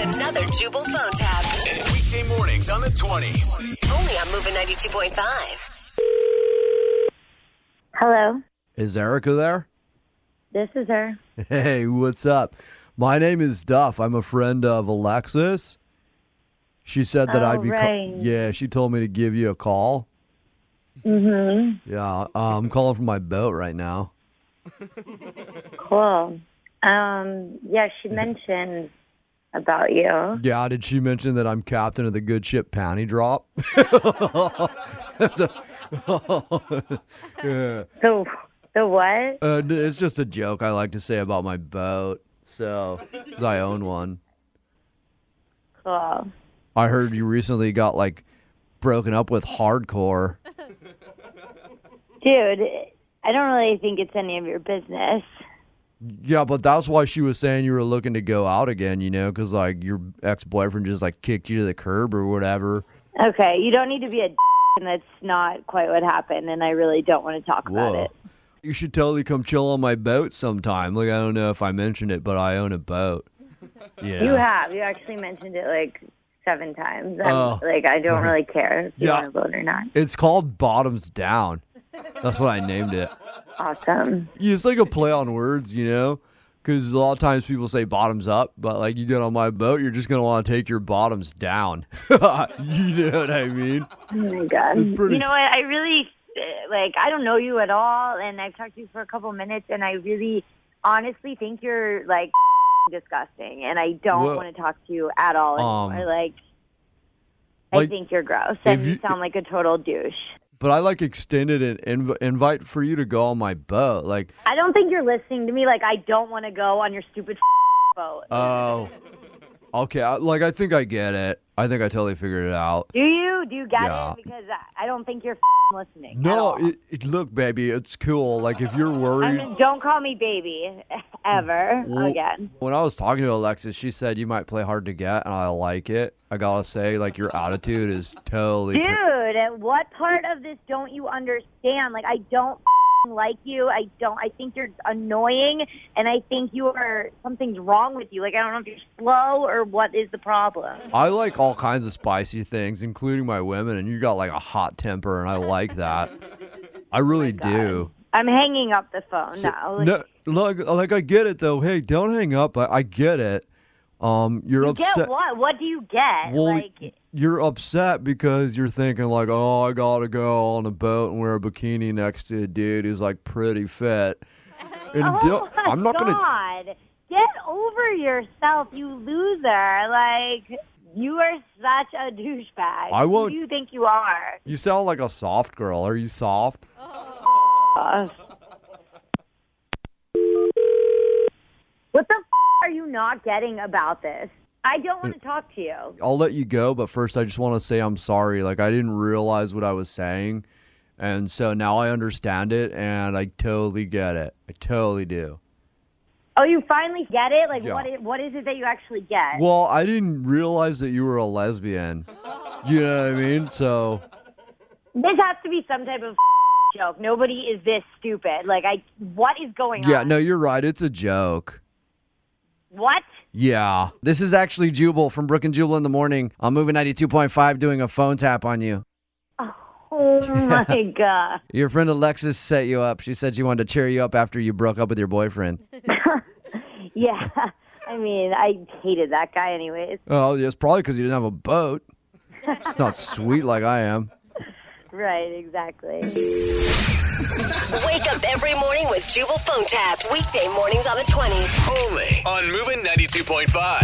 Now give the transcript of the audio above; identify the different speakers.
Speaker 1: another Jubal phone tab.
Speaker 2: Weekday mornings on the 20s.
Speaker 1: Only on Moving 92.5.
Speaker 3: Hello,
Speaker 4: Is Erica there?
Speaker 3: this is her.
Speaker 4: Hey, what's up? My name is Duff. I'm a friend of Alexis. She said that
Speaker 3: Oh,
Speaker 4: I'd be. ca-
Speaker 3: right.
Speaker 4: yeah, she told me to give you a call.
Speaker 3: Mhm.
Speaker 4: Yeah, uh, I'm calling from my boat right now.
Speaker 3: Cool. Um, yeah, she
Speaker 4: Mm-hmm.
Speaker 3: mentioned about you.
Speaker 4: Yeah, did she mention that I'm captain of the good ship Pounty Drop? yeah.
Speaker 3: The the what?
Speaker 4: uh, d- it's just a joke I like to say about my boat. So, 'cause I own one.
Speaker 3: Cool.
Speaker 4: I heard you recently got like broken up with hardcore.
Speaker 3: Dude, I don't really think it's any of your business.
Speaker 4: Yeah, but that's why she was saying you were looking to go out again, you know, because like your ex boyfriend just like kicked you to the curb or whatever.
Speaker 3: Okay, you don't need to be a d- and that's not quite what happened and I really don't want to talk about it.
Speaker 4: You should totally come chill on my boat sometime. Like, I don't know if I mentioned it, but I own a boat. Yeah.
Speaker 3: You have. You actually mentioned it like seven times. I'm,
Speaker 4: Oh.
Speaker 3: like I don't really care if you
Speaker 4: Yeah.
Speaker 3: want to vote or not.
Speaker 4: It's called Bottoms Down. That's what I named it.
Speaker 3: Awesome.
Speaker 4: It's like a play on words, you know? Because a lot of times people say bottoms up, but like you did on my boat, you're just going to want to take your bottoms down. you know what I mean?
Speaker 3: Oh my god.
Speaker 4: It's pretty-
Speaker 3: You know what? I really uh, like. I don't know you at all, and I've talked to you for a couple minutes, and I really, honestly think you're like disgusting, and I don't
Speaker 4: Well,
Speaker 3: want to talk to you at all
Speaker 4: um,
Speaker 3: anymore. like, I
Speaker 4: like,
Speaker 3: think you're gross,
Speaker 4: if
Speaker 3: and you,
Speaker 4: you-
Speaker 3: sound like a total douche.
Speaker 4: But I like extended an inv- invite for you to go on my boat. Like,
Speaker 3: I don't think you're listening to me. Like, I don't want to go on your stupid boat.
Speaker 4: oh, okay. I, like, I think I get it. I think I totally figured it out.
Speaker 3: do you? Do you get
Speaker 4: yeah.
Speaker 3: it? Because I- I don't think you're listening. at
Speaker 4: No,
Speaker 3: all.
Speaker 4: it, it, look, baby, it's cool. Like, if you're
Speaker 3: I
Speaker 4: worried.
Speaker 3: mean, don't call me baby ever
Speaker 4: Well,
Speaker 3: again.
Speaker 4: When I was talking to Alexis, she said you might play hard to get, and I like it. I gotta say, like your attitude is totally.
Speaker 3: Dude, at what part of this don't you understand? Like, I don't f***ing like you. I don't. I think you're annoying, and I think you are something's wrong with you. Like, I don't know if you're slow or what is the problem.
Speaker 4: I like all kinds of spicy things, including my women, and you got like a hot temper, and I like that. I really
Speaker 3: Oh
Speaker 4: do.
Speaker 3: I'm hanging up the phone
Speaker 4: So-
Speaker 3: now. Like,
Speaker 4: no, look, like I get it though. Hey, don't hang up. I, I get it. Um, you're
Speaker 3: you
Speaker 4: upset.
Speaker 3: get what? What do you get?
Speaker 4: Well,
Speaker 3: like,
Speaker 4: you're upset because you're thinking like, oh, I gotta go on a boat and wear a bikini next to a dude who's like pretty fit. And
Speaker 3: oh
Speaker 4: don't-
Speaker 3: my
Speaker 4: I'm not gonna.
Speaker 3: God. Get over yourself, you loser. Like, you are such a douchebag.
Speaker 4: I won't-
Speaker 3: Who do you think you are?
Speaker 4: You sound like a soft girl. Are you soft?
Speaker 3: Uh, What the f- are you not getting about this? I don't
Speaker 4: Uh,
Speaker 3: want to talk to you.
Speaker 4: I'll let you go, but first I just want to say I'm sorry. Like I didn't realize what I was saying, and so now I understand it, and I totally get it. I totally do.
Speaker 3: Oh, you finally get it? Like,
Speaker 4: Yeah.
Speaker 3: what, is, what is it that you actually get?
Speaker 4: Well, I didn't realize that you were a lesbian. You know what I mean? So
Speaker 3: This has to be some type of f- joke. Nobody is this stupid. Like, I what is going on?
Speaker 4: yeah, no, you're right. It's a joke.
Speaker 3: What?
Speaker 4: Yeah. This is actually Jubal from Brook and Jubal in the morning. I'm moving 92.5 doing a phone tap on you.
Speaker 3: Oh my god.
Speaker 4: Your friend Alexis set you up. She said she wanted to cheer you up after you broke up with your boyfriend.
Speaker 3: Yeah. I mean, I hated that guy anyways.
Speaker 4: Oh, yeah, it's probably because you didn't have a boat. It's not sweet like I am.
Speaker 3: Right, exactly.
Speaker 1: Wake up every morning with Jubal phone tabs. Weekday mornings on the 20s.
Speaker 2: Only on Moving 92.5.